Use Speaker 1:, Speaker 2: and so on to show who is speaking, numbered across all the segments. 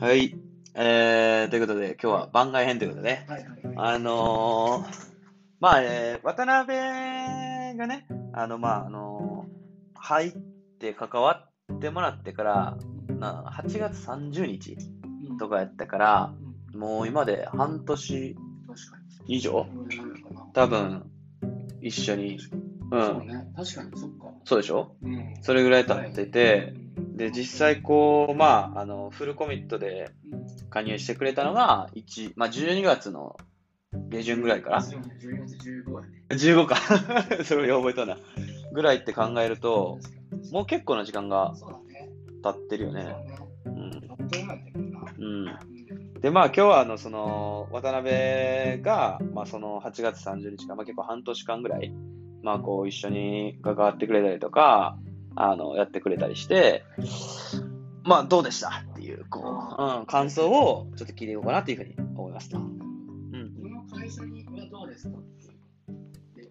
Speaker 1: はい。えー、ということで、今日は番外編ということでね。
Speaker 2: はいはいはい。
Speaker 1: あのー、まあ、えー、渡辺がね、あの、まあ、あのー入って関わってもらってから、な8月30日
Speaker 2: うん
Speaker 1: とかやったから
Speaker 2: う、ん
Speaker 1: もう今で半年
Speaker 2: 確かに。
Speaker 1: 以上、
Speaker 2: これなるかな
Speaker 1: 多分、一緒に、う
Speaker 2: そうね
Speaker 1: ん、。
Speaker 2: 確かに、そっか。
Speaker 1: そうでしょ
Speaker 2: うん。
Speaker 1: それぐらい経ってて、
Speaker 2: うん
Speaker 1: で、実際こう、まあ、あの、フルコミットで
Speaker 2: うん
Speaker 1: 加入してくれたのが、1、まあ、12月の下旬ぐらいから、
Speaker 2: そうね14月15やね。
Speaker 1: 15か それを覚えたなぐらいって考えると
Speaker 2: 確かに
Speaker 1: もう結構な時間が
Speaker 2: そうだね。
Speaker 1: 経ってるよ
Speaker 2: そうだ
Speaker 1: ね
Speaker 2: ね。
Speaker 1: うん、
Speaker 2: あっという間やったけどな。
Speaker 1: うん、
Speaker 2: うん
Speaker 1: でまあ今日はあのその渡辺が、まあ、その8月30日か、まあ、結構半年間ぐらい、まあ、こう一緒に関わってくれたりとかあのやってくれたりしてまあどうでしたっていうこう、うん、感想をちょっと聞いていこうかなっていうふうに思いますと、うん、
Speaker 2: この会社にはどうですかっていうで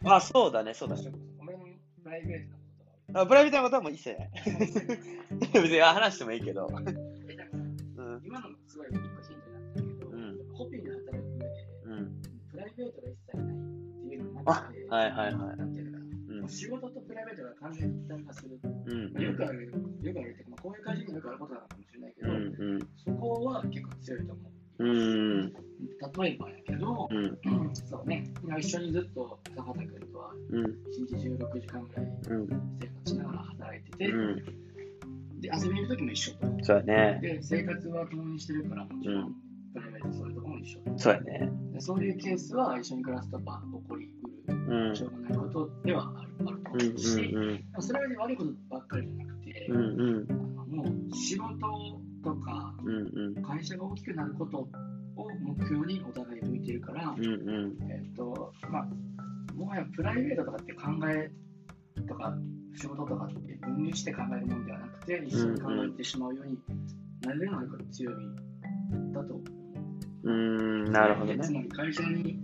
Speaker 1: まあそうだねそうだね
Speaker 2: 俺のプライベートなことは
Speaker 1: あプライベートなことはもう一切ない別に話してもいいけど、
Speaker 2: えなんか
Speaker 1: うん
Speaker 2: 今のもすごい一個ヒントになったけど、
Speaker 1: うん
Speaker 2: ホピーで働く上で、
Speaker 1: うん
Speaker 2: プライベートが一切ないっていうのもなくて、
Speaker 1: あはいはいはい
Speaker 2: なんていうのかな、
Speaker 1: うん
Speaker 2: もう仕事とプライベートが完全に一体化する、
Speaker 1: うん
Speaker 2: まあよくある、よくあるっていうか、まあこういう会社にもよくあることなのかもしれないけ
Speaker 1: う
Speaker 2: ど、
Speaker 1: んうん
Speaker 2: そこは結構強いと思う。
Speaker 1: うん
Speaker 2: 例えばやけど、
Speaker 1: うん
Speaker 2: そうね、今一緒にずっと高畑君とは
Speaker 1: うん
Speaker 2: 1日16時間ぐらい
Speaker 1: うん
Speaker 2: 生活しながら働いてて、
Speaker 1: うん
Speaker 2: で遊びに行く時も一緒と。
Speaker 1: そうやね
Speaker 2: で、生活は共にしてるから、もちろん、プライベートそういうとこも一緒。
Speaker 1: そうやね
Speaker 2: でそういうケースは一緒に暮らすとまあ起こりうる、
Speaker 1: うんうん
Speaker 2: しょうがないことではあるあると思うし、
Speaker 1: うん
Speaker 2: まあそれは、ね、悪いことばっかりじゃなくて、
Speaker 1: うんうんうん
Speaker 2: あのもう仕事とか
Speaker 1: うん
Speaker 2: 会社が大きくなることを目標にお互い向いてるから、
Speaker 1: うんうん
Speaker 2: えっとまあ、もはやプライベートとかって考えとか仕事とかって分離して考えるものではなくて一緒に考えてしまうようになれるのが強みだと思う
Speaker 1: うんなるほど
Speaker 2: つ
Speaker 1: ね
Speaker 2: まり会社に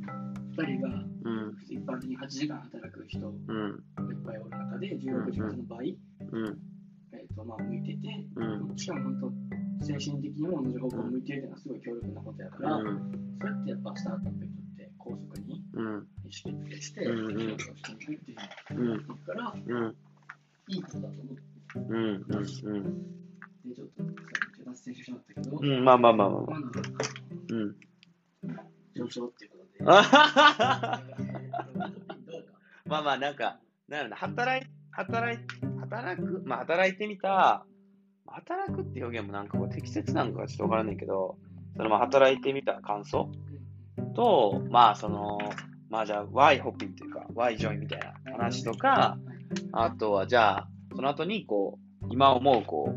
Speaker 2: 2人が
Speaker 1: うん
Speaker 2: 一般的に8時間働く人がい
Speaker 1: うん
Speaker 2: っぱいおる中で16時間の場合、
Speaker 1: うん
Speaker 2: えーとまあ、向いてて、
Speaker 1: うん
Speaker 2: しかも本当精神的にも同じ方向を向いてるっていうのはすごい強力なことやから、
Speaker 1: うん
Speaker 2: それってやっぱスタートアップにとって高速に
Speaker 1: うん
Speaker 2: 意識決定して、
Speaker 1: うんうん
Speaker 2: 仕事をしていくっていう
Speaker 1: うん
Speaker 2: のから
Speaker 1: うん
Speaker 2: いいことだと思って
Speaker 1: うんうん
Speaker 2: でちょっとさっき脱線してしまったけど、
Speaker 1: うんまあまあまあまあまあ
Speaker 2: まだ
Speaker 1: うん
Speaker 2: 上昇っていうことで、えー
Speaker 1: あはははは
Speaker 2: とどうか
Speaker 1: まあまあなんかなるほど働い働い働くまあ働いてみた働くって表現もなんかこう適切なんかはちょっとわからないけどそのまあ働いてみた感想と、まあ、その、まあ、じゃあ、Y ホッピンというか、Y ジョインみたいな話とか、あとは、じゃあ、その後に、こう、今思う、こ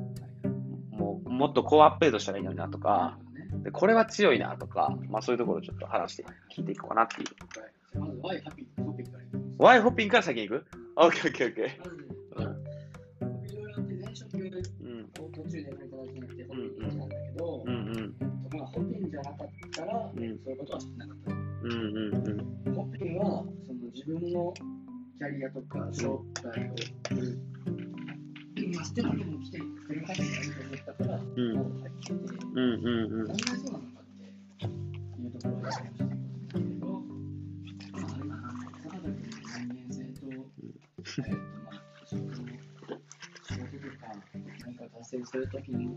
Speaker 1: う、もうもっとこうアップデートしたらいいのになとか、でこれは強いなとか、まあ、そういうところをちょっと話して聞いていこうかなっていう。
Speaker 2: まず Y ハッピートピックからいきます。
Speaker 1: Y ホッピンから先に行く ?OKOKOK。
Speaker 2: まず、いろいろあって前職
Speaker 1: うん。
Speaker 2: を途中でやめただけじゃなくて、ホッピンなんだけど、
Speaker 1: うんうん。
Speaker 2: まあ、ホッピンじゃなかったら、
Speaker 1: うん
Speaker 2: そういうことはしてなかった。
Speaker 1: うんうんうん。
Speaker 2: ホッピンはその自分のキャリアとか紹介を、うん、まあ、ステップでも来てくれるかって思ったから、も
Speaker 1: うん
Speaker 2: う入ってて、
Speaker 1: うん
Speaker 2: 何
Speaker 1: うんうん
Speaker 2: が。そうなのかっていうところがあるんですけど、まあ、あれかな、坂田君の人間性と、えっ、と、まあ、仕事の、仕事とか、何か達成するときの、まあ、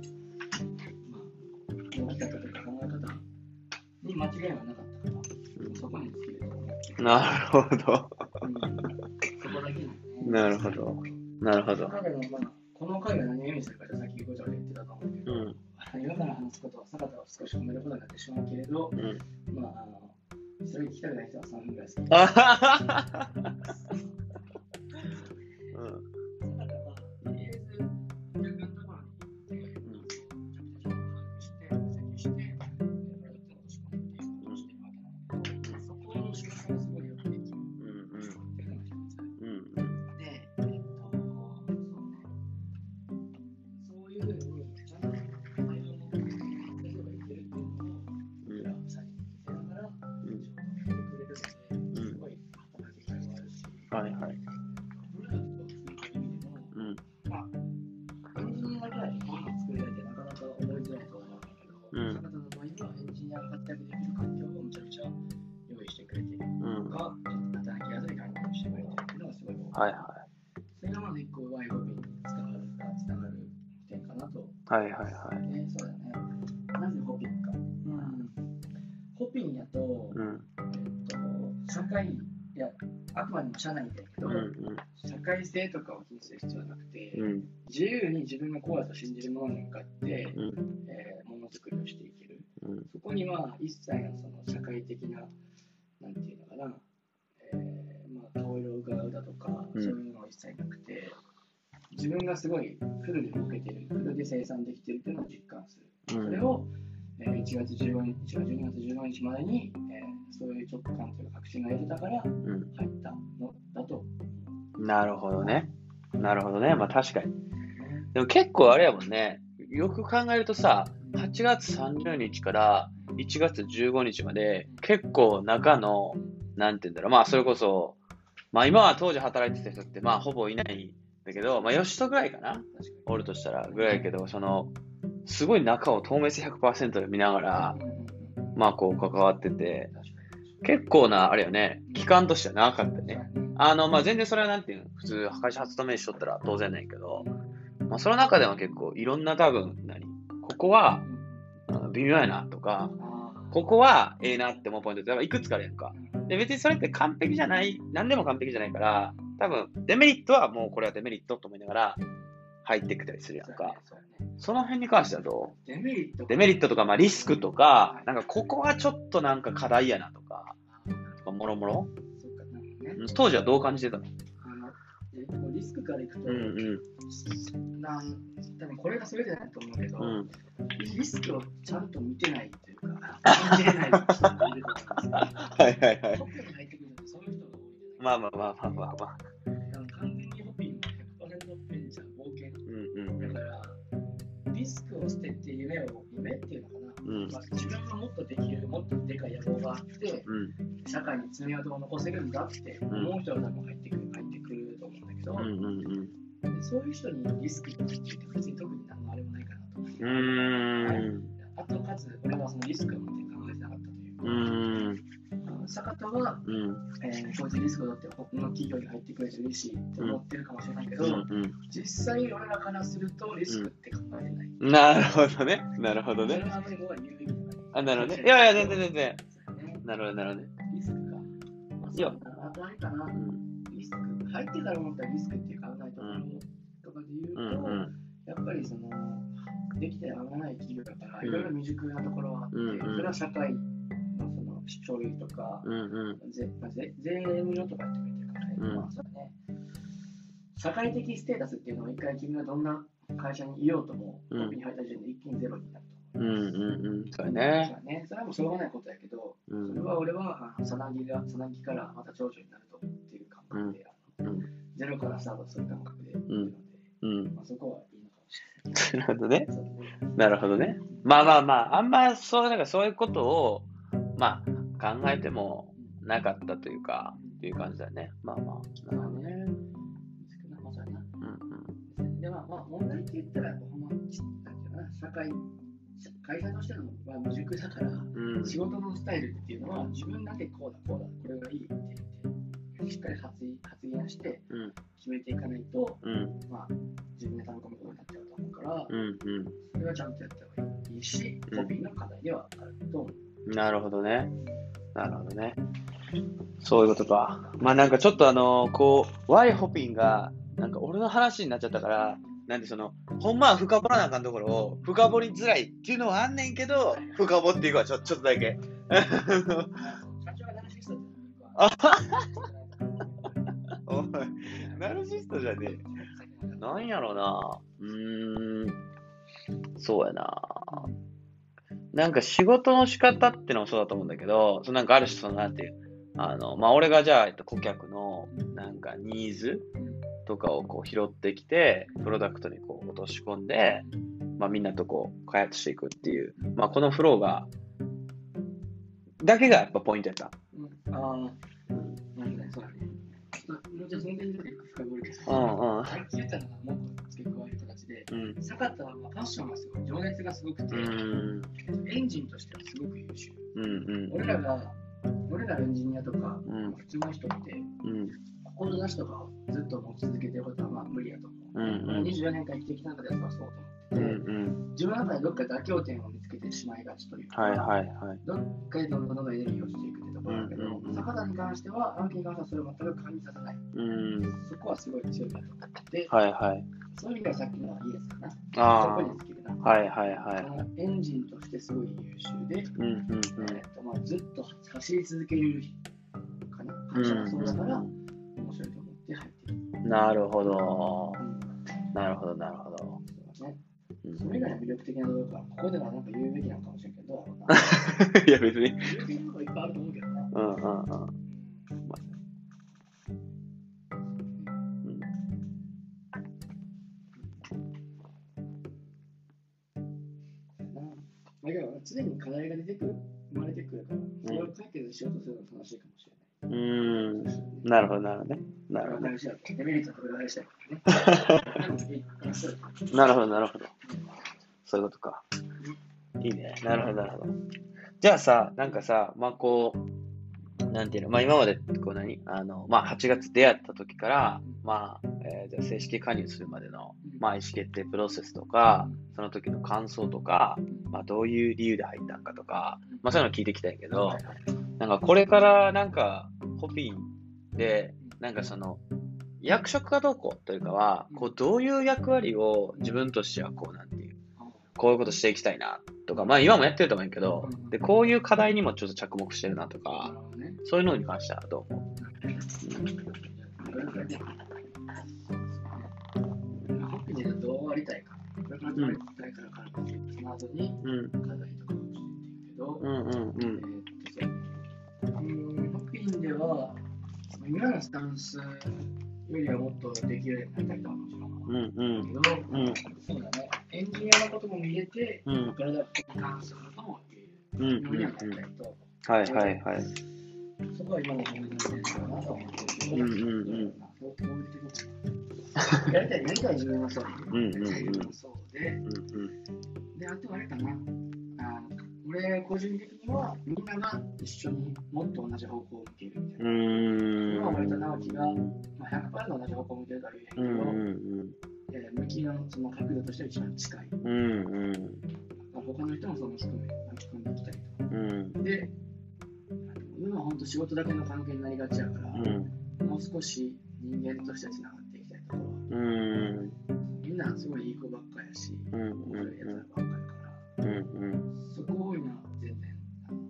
Speaker 2: やり方とか考え方に間違いはなかったから、そこに尽きると思って。
Speaker 1: なるほど。
Speaker 2: そこだけね
Speaker 1: なるほど。なるほど。
Speaker 2: 彼はまあ、この回が何を意味するかってさっきごちゃごちゃ言ってたと思うけ
Speaker 1: う
Speaker 2: ど、
Speaker 1: ん
Speaker 2: 今から話すことは坂田を少し褒めることになってしまうけれど、
Speaker 1: うん。
Speaker 2: まあ、あの、それ聞きたくない人は3分ぐらいですけど、
Speaker 1: あはははは。
Speaker 2: 坂田は、とりあえず、自分のところに行って、ちゃんと把握して、分析して、プロダクトを落とし込むっていうことをしてるわけなんだけど、そこの仕事がすごいよくできる
Speaker 1: うんうん
Speaker 2: っていうのが一つ。
Speaker 1: うん
Speaker 2: で、えっと、そうね、そういうふうにちゃんと対応も例えば言ってるっていうの
Speaker 1: うん
Speaker 2: を、裏を下に見せながら、
Speaker 1: うん
Speaker 2: 情報を聞いてくれるので、
Speaker 1: うん
Speaker 2: すごい働きがいもあるし、
Speaker 1: はいはい
Speaker 2: 活躍できる環境をむちゃくちゃ用意してくれている
Speaker 1: うん。
Speaker 2: と
Speaker 1: は
Speaker 2: か、働きやすい環境にしてくれているっていうのがすごい
Speaker 1: いは
Speaker 2: それがまず一個 YOB につながるつながる点かなと。
Speaker 1: い。はいはいはい。
Speaker 2: ね、そうだね。なぜホピンか。うん、ホピンやと、
Speaker 1: うん。
Speaker 2: えっと、社会、いや、あくまでも社内だけ
Speaker 1: う
Speaker 2: ど、
Speaker 1: ん
Speaker 2: 社会性とかを気にする必要はなくて、
Speaker 1: うん。うん。
Speaker 2: 自由に自分がこうだと信じるものに向かって、
Speaker 1: う
Speaker 2: えーものづくりをしていける。
Speaker 1: うん。
Speaker 2: そこには一切のその社会的な、なんていうのかな、えーまあ、顔色を伺うだとか、
Speaker 1: うん
Speaker 2: そういうのは一切なくて、自分がすごいフルで動けてる、フルで生産できてるっていうのを実感する。
Speaker 1: うん。
Speaker 2: それを、えー1月15日、1月12月15日までに、えーそういう直感というか確信が得れたから入
Speaker 1: うん。
Speaker 2: ったのだと。
Speaker 1: なるほどね。なるほどね。まあ確かに。でも結構あれやもんね。よく考えるとさ、8月30日から1月15日まで、結構中の、なんて言うんだろう。まあそれこそ、まあ今は当時働いてた人って、まあほぼいないんだけど、まあ吉人ぐらいかな。
Speaker 2: 確か
Speaker 1: おるとしたらぐらいやけど、その、すごい中を透明性100%で見ながら、
Speaker 2: に。うんうんうん確か
Speaker 1: まあこう関わってて、
Speaker 2: に
Speaker 1: 結構な、あれよね、期間としては長かったよね。
Speaker 2: 確かに
Speaker 1: あの、まあ、全然それはなんていうの、普通、会社初勤めしとったら当然ないけど、まあ、その中でも結構いろんな多分、何ここはあの微妙やなとか、
Speaker 2: あー
Speaker 1: ここはええなって思うポイントって多分いくつかあるやんか。で、別にそれって完璧じゃない、何でも完璧じゃないから、多分、デメリットはもうこれはデメリットと思いながら入ってきたりするやんか。
Speaker 2: そうやねそうやね
Speaker 1: その辺に関してはどう
Speaker 2: デメリット
Speaker 1: デメリットとか、まあ、リスクとか、なんかここはちょっとなんか課題やなとか、とかもろもろ
Speaker 2: そっかなるほどね
Speaker 1: 当時はどう感じてたの
Speaker 2: あのえこうリスクからいくと、
Speaker 1: うん
Speaker 2: なん多分これが全てだと思うけど、
Speaker 1: うん。
Speaker 2: リスクをちゃんと見てないっていうか、見てない人がいると思うんですよ
Speaker 1: はいはいはい。
Speaker 2: 特に入ってくるとそういう人が多いじゃない
Speaker 1: まあまあまあまあまあまあ。
Speaker 2: あの完全にホピンは100%ベンチャー冒険
Speaker 1: うんうん
Speaker 2: だから、リスクを捨てて夢を、夢っていうのかな、
Speaker 1: うん
Speaker 2: まあ、自分がもっとできる、もっとでかい野望があって、
Speaker 1: うん
Speaker 2: 社会に爪痕を残せるんだって思う人が多分入ってくる、入ってくると思うんだけど、
Speaker 1: うんうん
Speaker 2: でそういう人にリスクって別に特に何のあれもないかなと思って。
Speaker 1: うん。
Speaker 2: あとかつ、俺はそのリスクを持って考えてなかったとい
Speaker 1: う
Speaker 2: う
Speaker 1: ーん。うーん。
Speaker 2: か、あの坂田は、
Speaker 1: うん。
Speaker 2: えー、こうやってリスクを取って、この企業に入ってくれて嬉しいって思ってるかもしれないけど、
Speaker 1: うん
Speaker 2: 実際俺らからするとリスクって考えてない。
Speaker 1: うん。なるほどね。なるほど
Speaker 2: それ
Speaker 1: ね。
Speaker 2: はあまり僕は有意義じゃない。
Speaker 1: あ、なるほ どね。いやいや、全然全然。
Speaker 2: そうだね
Speaker 1: なるほど、なるほどね。
Speaker 2: リスクか。まあ
Speaker 1: いや。
Speaker 2: そうだなあとあれかな。リスク、入ってたら思ったらリスクっていう考えたものとかで言う
Speaker 1: うんう
Speaker 2: と、
Speaker 1: ん
Speaker 2: やっぱりその、できてやらない企業だから、
Speaker 1: うん
Speaker 2: いろいろ未熟なところはあって、
Speaker 1: うんうん
Speaker 2: それは社会のその書類とか、
Speaker 1: うんうん
Speaker 2: ぜまあ、ぜ税務のとかやってくれてるからね、
Speaker 1: うん
Speaker 2: まあそうだね、社会的ステータスっていうのを一回君がどんな会社にいようとも、
Speaker 1: うん
Speaker 2: 僕に入った時点で一気にゼロになると。
Speaker 1: うんうんうん。そうやね。
Speaker 2: そうだねそれはもうしょうがないことやけど、
Speaker 1: う
Speaker 2: それ
Speaker 1: ん
Speaker 2: は俺はあのさなぎが、さなぎからまた長女になると思っている感覚で、あの
Speaker 1: うん
Speaker 2: ゼロからスタートする感覚で、いるので
Speaker 1: うん。
Speaker 2: まあ、そこはいいのかも し
Speaker 1: なるほどね。
Speaker 2: れない。そうだね
Speaker 1: なるほどね。まあまあまあ、あんまそう、なんかそういうことを、まあ、考えてもなかったというか、っていう感じだね。まあまあ。なるほどね。
Speaker 2: 少なまさにな
Speaker 1: うんうん。
Speaker 2: でまあ、まあ、問題って言ったら、やっぱほんま、なんていうのかな、社会、社会社としての、まあ、未熟だから、
Speaker 1: うん
Speaker 2: 仕事のスタイルっていうのは、自分だけこうだ、こうだ、これがいいって言って、しっかり発言発言して
Speaker 1: うん、
Speaker 2: 決めていかないと、
Speaker 1: うん
Speaker 2: まあ、自分で頼み込むことになっちゃうと思うから、
Speaker 1: うんうん。
Speaker 2: それはちゃんとやった方がいいし、
Speaker 1: うん
Speaker 2: コピーの課題ではあると思う。
Speaker 1: なるほどね。なるほどね。そういうことか。まあなんかちょっとあのこう、Y ホピンが、なんか俺の話になっちゃったから、なんでその、ほんまは深掘らなあかんところを、深掘りづらいっていうのはあんねんけど、深掘っていくわ、ちょちょっとだけ。
Speaker 2: 社長がナルシストっていうの
Speaker 1: あ
Speaker 2: は
Speaker 1: は おい、ナルシストじゃねえ。なんやろな。うーん、そうやな。なんか仕事の仕方ってのもそうだと思うんだけど、そのなんかある種そのなんていう、あの、まあ、俺がじゃあ、えっと、顧客のなんかニーズとかをこう拾ってきて、プロダクトにこう落とし込んで、まあ、みんなとこう開発していくっていう、まあ、このフローが、だけがやっぱポイントやった。
Speaker 2: うん、ああ、なるほどね、そうだね。ちょっともうちょっとその点で深掘りです。
Speaker 1: うんうん。
Speaker 2: さっき言ったのがもう一個付け加える形で、
Speaker 1: うん。
Speaker 2: 坂田はまあファッションがすごい、情熱がすごく
Speaker 1: う
Speaker 2: て、
Speaker 1: ん。
Speaker 2: エンジンとしてはすごく優秀。
Speaker 1: うんうん
Speaker 2: 俺らが、俺らエンジニアとか、
Speaker 1: うん
Speaker 2: 普通の人って、
Speaker 1: うん
Speaker 2: 志とかをずっと持ち続けてることはまあ無理やと思う。
Speaker 1: うんうん
Speaker 2: 24年間生きてきた中ではそう
Speaker 1: う
Speaker 2: と思ってて、
Speaker 1: んうん
Speaker 2: 自分の中でどっか妥協点を見つけてしまいがちというか、
Speaker 1: はいはいはい
Speaker 2: どっかでどんどんどんどんエネルギーをしていくってところだけど、
Speaker 1: うんうんうん
Speaker 2: 坂田に関しては、案件側はそれを全く感じさせない。
Speaker 1: うん
Speaker 2: そこはすごい強いなと思って、で
Speaker 1: はいはい
Speaker 2: そういう意味ではさっきのイエスかな。
Speaker 1: あ
Speaker 2: そこに尽きるな。
Speaker 1: あはいはいはい
Speaker 2: あのエンジンとしてすごい優秀で、
Speaker 1: うんうん
Speaker 2: えっとまあ、ずっと走り続けるかな会社がそうだから、
Speaker 1: うん
Speaker 2: 面白いと思って入ってる。
Speaker 1: うんなるほど
Speaker 2: うん
Speaker 1: なるほどなるほど
Speaker 2: そうね
Speaker 1: うん
Speaker 2: それ以外の魅力的なところは、ここではなんか言うべきなのかもしれんけど、どう だろう
Speaker 1: いや別に
Speaker 2: な。魅力的なところいっぱいあると思うけどな。
Speaker 1: うんうんうん
Speaker 2: だけど、常に課題が出てくる、生まれてくるから、それを解決しようとするのが楽しいかもしれない。
Speaker 1: うーんなるほどなるほどねなるほど
Speaker 2: 大事だ。デメリットとか大事だからね。
Speaker 1: なるほどなるほどそういうことか。いいね。なるほど、なるほど。じゃあさ、なんかさ、まあこう、なんていうの、まあ今まで、こう何あの、まあ8月出会った時から、まあ、えーじゃあ正式加入するまでの、まあ意思決定プロセスとか、その時の感想とか、まあどういう理由で入ったんかとか、まあそういうの聞いてきたんやけど、なんかこれからなんか、ホピンで、なんかその、役職がどうこうというかは、こうどういう役割を自分としてはこうなんていう、こういうことしていきたいなとか、まあ今もやってると思うんやけど、で、こういう課題にもちょっと着目してるなと
Speaker 2: あ
Speaker 1: か、
Speaker 2: のね、
Speaker 1: そういうのに関してはどう思
Speaker 2: ホッピーでどうありたいか、これからどうありたいかから考えて、その後に
Speaker 1: ううん、
Speaker 2: 課題とかもしていくけど、
Speaker 1: うん、うん、う
Speaker 2: え
Speaker 1: ん。
Speaker 2: ーっとそううんホッピンでは、今のスタンスよりはもっとできるようになりたいとはもちろん
Speaker 1: うん、うん、
Speaker 2: 思うけど、
Speaker 1: うん、
Speaker 2: そうだね、エンジニアのことも見えて、
Speaker 1: うん、うん、
Speaker 2: プロダクトに関することも見える。
Speaker 1: うん、うん
Speaker 2: ようにはなりたいと思う。
Speaker 1: はい、はい、はい。
Speaker 2: そこは今の本音なんですよなと思ってる。
Speaker 1: うんうんうん
Speaker 2: やりたい、やりたい自分はそう。
Speaker 1: うんうんうん
Speaker 2: やりたい自分 はそうで、
Speaker 1: うん、
Speaker 2: で、あとあれかな。あの俺、個人的には、みんなが一緒にもっと同じ方向を向けるみたいな。
Speaker 1: うん。
Speaker 2: 今
Speaker 1: う
Speaker 2: 割
Speaker 1: ー
Speaker 2: と
Speaker 1: ん。
Speaker 2: 直樹が、まあ、100%同じ方向を向けるとは
Speaker 1: う
Speaker 2: 言
Speaker 1: ん、
Speaker 2: えへん
Speaker 1: うん、
Speaker 2: けど、えー向きのその角度としては一番近い。
Speaker 1: うん、うん、
Speaker 2: まあ他の人もその含め、巻き込んでいきたいと。
Speaker 1: うん、
Speaker 2: で、今は本当仕事だけの関係になりがちやから、
Speaker 1: うん、
Speaker 2: もう少し人間としてつながっていきたいところは
Speaker 1: うん、うん、
Speaker 2: みんなすごいいい子ばっかやし、
Speaker 1: うん、うん、
Speaker 2: 面白いやつらばっかやから、
Speaker 1: うん、
Speaker 2: そこを今、全然、あの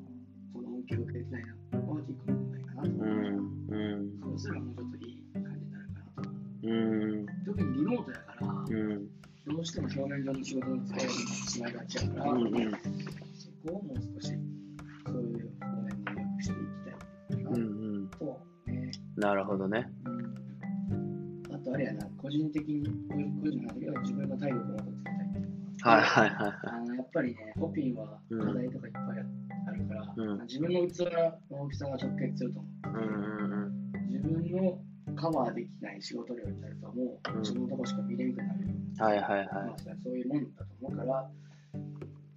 Speaker 2: その恩恵を受けてないな、大きく問題かなと
Speaker 1: う
Speaker 2: 思う。
Speaker 1: ん、うん、
Speaker 2: そうすればもうちょっといい感じになるかなと。
Speaker 1: うん、
Speaker 2: 特にリモートやから、
Speaker 1: うん、
Speaker 2: どうしても表面上の仕事の使い方にしまいがちやから、
Speaker 1: うんうん
Speaker 2: そこをもう少し、そういう方面に良くしていきたいな
Speaker 1: うん、うん。
Speaker 2: と、ね
Speaker 1: なるほどね。
Speaker 2: うんあとあれやな、個人的に、個人個人なんだけど、自分の体力を残っていきたい。
Speaker 1: はい、はい、はい。
Speaker 2: あのやっぱりね、ホピンは課題とかいっぱいあるから、
Speaker 1: うん
Speaker 2: 自分の器の大きさが直結すると思
Speaker 1: うん、うん、
Speaker 2: う。自分のカバーできない仕事量になると、も
Speaker 1: うん
Speaker 2: う自分のとこしか見れなくなるよう
Speaker 1: うん。はい、はい、
Speaker 2: な、
Speaker 1: はい
Speaker 2: まあ。それはそういうもんだと思うから、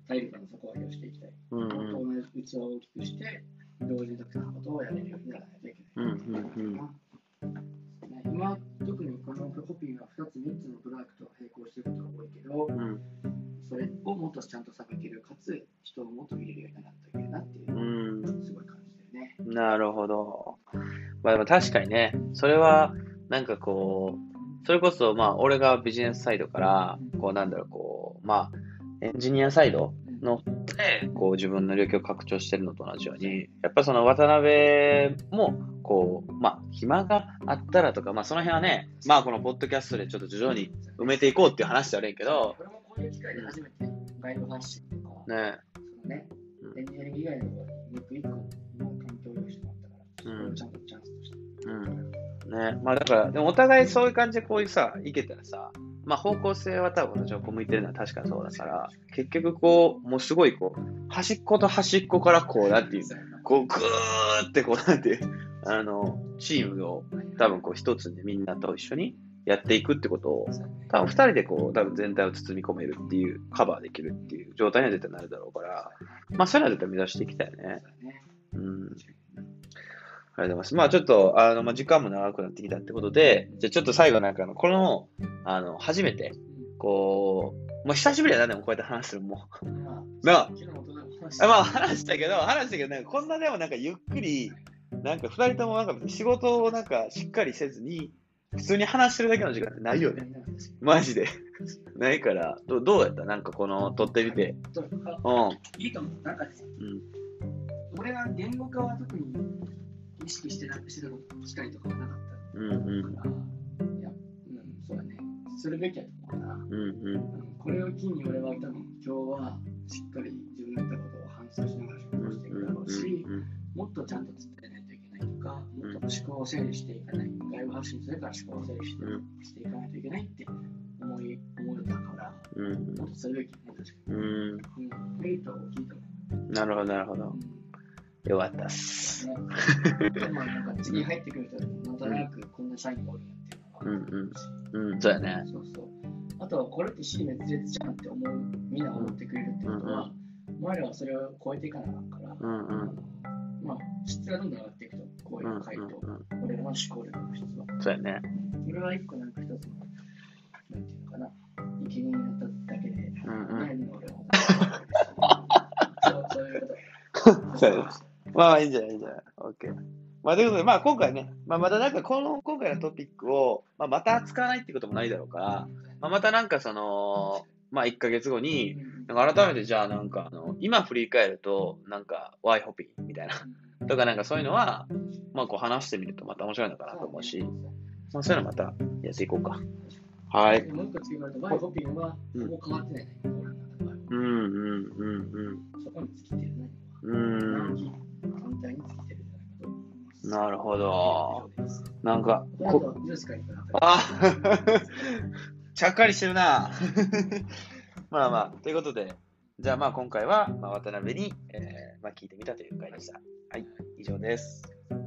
Speaker 2: 体力の底上げをしていきたい。
Speaker 1: うん、う
Speaker 2: もっ
Speaker 1: ん
Speaker 2: と。同じ器を大きくして、同時にたくさんのことをやれるようにならないといけない。
Speaker 1: うんうんうん
Speaker 2: ね今、特にこのホピンは2つ、3つのプロダクトを並行していることが多いけど、
Speaker 1: うん
Speaker 2: それをもっとちゃんとさばける、かつ人をもっと見れるようにならないといけないなっていう
Speaker 1: う
Speaker 2: のを
Speaker 1: ん、
Speaker 2: すごい感じてるね。
Speaker 1: なるほど。まあでも確かにね、それはなんかこう、それこそまあ俺がビジネスサイドから、こうなんだろう、こう、まあエンジニアサイド
Speaker 2: うん
Speaker 1: ので、こう自分の領域を拡張してるのと同じように、やっぱその渡辺も、こう、まあ暇があったらとか、まあその辺はね、まあこのポッドキャストでちょっと徐々に埋めていこうっていう話ではあるんやけど、
Speaker 2: これもこういう機会で初めて外部発信とか、
Speaker 1: ね、
Speaker 2: そのね
Speaker 1: う、ん
Speaker 2: エンジニアリング以外のところに一個一個の環境を用意してもらったから、それをちゃんとチャンスとして。
Speaker 1: うん。ね、まあだから、でもお互いそういう感じでこういうさ、いけたらさ、まあ方向性は多分私はこう向いてるのは確かにそうだから、結局こう、もうすごいこう、端っこと端っこからこう、なんていう、こう、ぐーってこう、なんていう、あの、チームを多分こう一つでみんなと一緒にやっていくってことを、多分2人でこう、多分全体を包み込めるっていう、カバーできるっていう状態には絶対なるだろうから、まあ、それは絶対目指していきたいね。うん。ありがとうございます。まあちょっと、あの、まあ、時間も長くなってきたってことで、じゃあちょっと最後なんかあの、この、あの、初めて、こう、まあ久しぶりだな、でもこうやって話するのも。まあ、あ まあ話したけど、話したけど、なんかこんなでもなんかゆっくり、なんか二人ともなんか仕事をなんかしっかりせずに、普通に話してるだけの時間ってないよね。マジで。 ないから、どどうやったなんかこの、撮ってみて。うん。
Speaker 2: いいと思う。なんかね、
Speaker 1: うん
Speaker 2: 俺は言語化は特に意識してなくしてたこと機会とかはなかっ
Speaker 1: うん
Speaker 2: たから、いや、うん、そうだね。するべきやと思うな。
Speaker 1: うん。うんうん。
Speaker 2: うんこれを機に俺は多分今日はしっかり自分のやったことを反省しながら仕
Speaker 1: うん
Speaker 2: 事をしていくだろうし、
Speaker 1: うん
Speaker 2: もっとちゃんと伝えないといけないとか、もっと思考を整理していかない、外部発信するから思考を整理して,、していかないといけないって思い思えたから、
Speaker 1: うんうん
Speaker 2: もっとするべきも確か
Speaker 1: うん
Speaker 2: に。うん、メリットは大きいと思
Speaker 1: うんなるほど、なるほ
Speaker 2: う。
Speaker 1: ど
Speaker 2: う。ん
Speaker 1: よかったっす。
Speaker 2: ね、まあなんか次入ってくる人なんとなくこんな社員がおるんやっていうのが分かるし
Speaker 1: うん、そうやね。
Speaker 2: そうそう。あとはこれって死滅裂じゃんって思う、みんな思ってくれるってことは、お前らはそれを超えていかなあかんから、
Speaker 1: うんうん。
Speaker 2: まあ質がどんどん上がっていくと、こ
Speaker 1: う
Speaker 2: うい
Speaker 1: んうん
Speaker 2: う回答、俺らの思考力の質は。
Speaker 1: うん、そうやね。
Speaker 2: これは一個なんか一つの、なんていうのかな、生きになっただけで、
Speaker 1: うんうん
Speaker 2: 何の俺も。そうそういうこと。
Speaker 1: そう ですまあまあいいんじゃないいいんじゃない ?OK。まあということで、まあ今回ね、まあまたなんかこの今回のトピックを、まあまた扱わないってこともないだろうから、まあまたなんかその、まあ1ヶ月後に、なんか改めてじゃあなんかあの、今振り返ると、なんか Y ホピーみたいな、とかなんかそういうのは、まあこう話してみるとまた面白いのかなと思うし、まあそういうのまたやっていこうか。はい。
Speaker 2: もう一個付け加えたバイホピンは、
Speaker 1: うん
Speaker 2: もう変わってないね。俺の中では
Speaker 1: うんうんうん
Speaker 2: そこに尽きてるね。
Speaker 1: うん。うん。
Speaker 2: 反対に尽きてるんじゃないかと思います。
Speaker 1: なるほ
Speaker 2: ほ
Speaker 1: ど。なんか、
Speaker 2: ど。あ、
Speaker 1: こと
Speaker 2: ジュースからいくら
Speaker 1: あ ちゃっかりしてるな。 まあまあ、ということで、じゃあまあ今回は、まあ、渡辺に、えーまあ、聞いてみたという回でした。はい、以上です。
Speaker 2: 当たり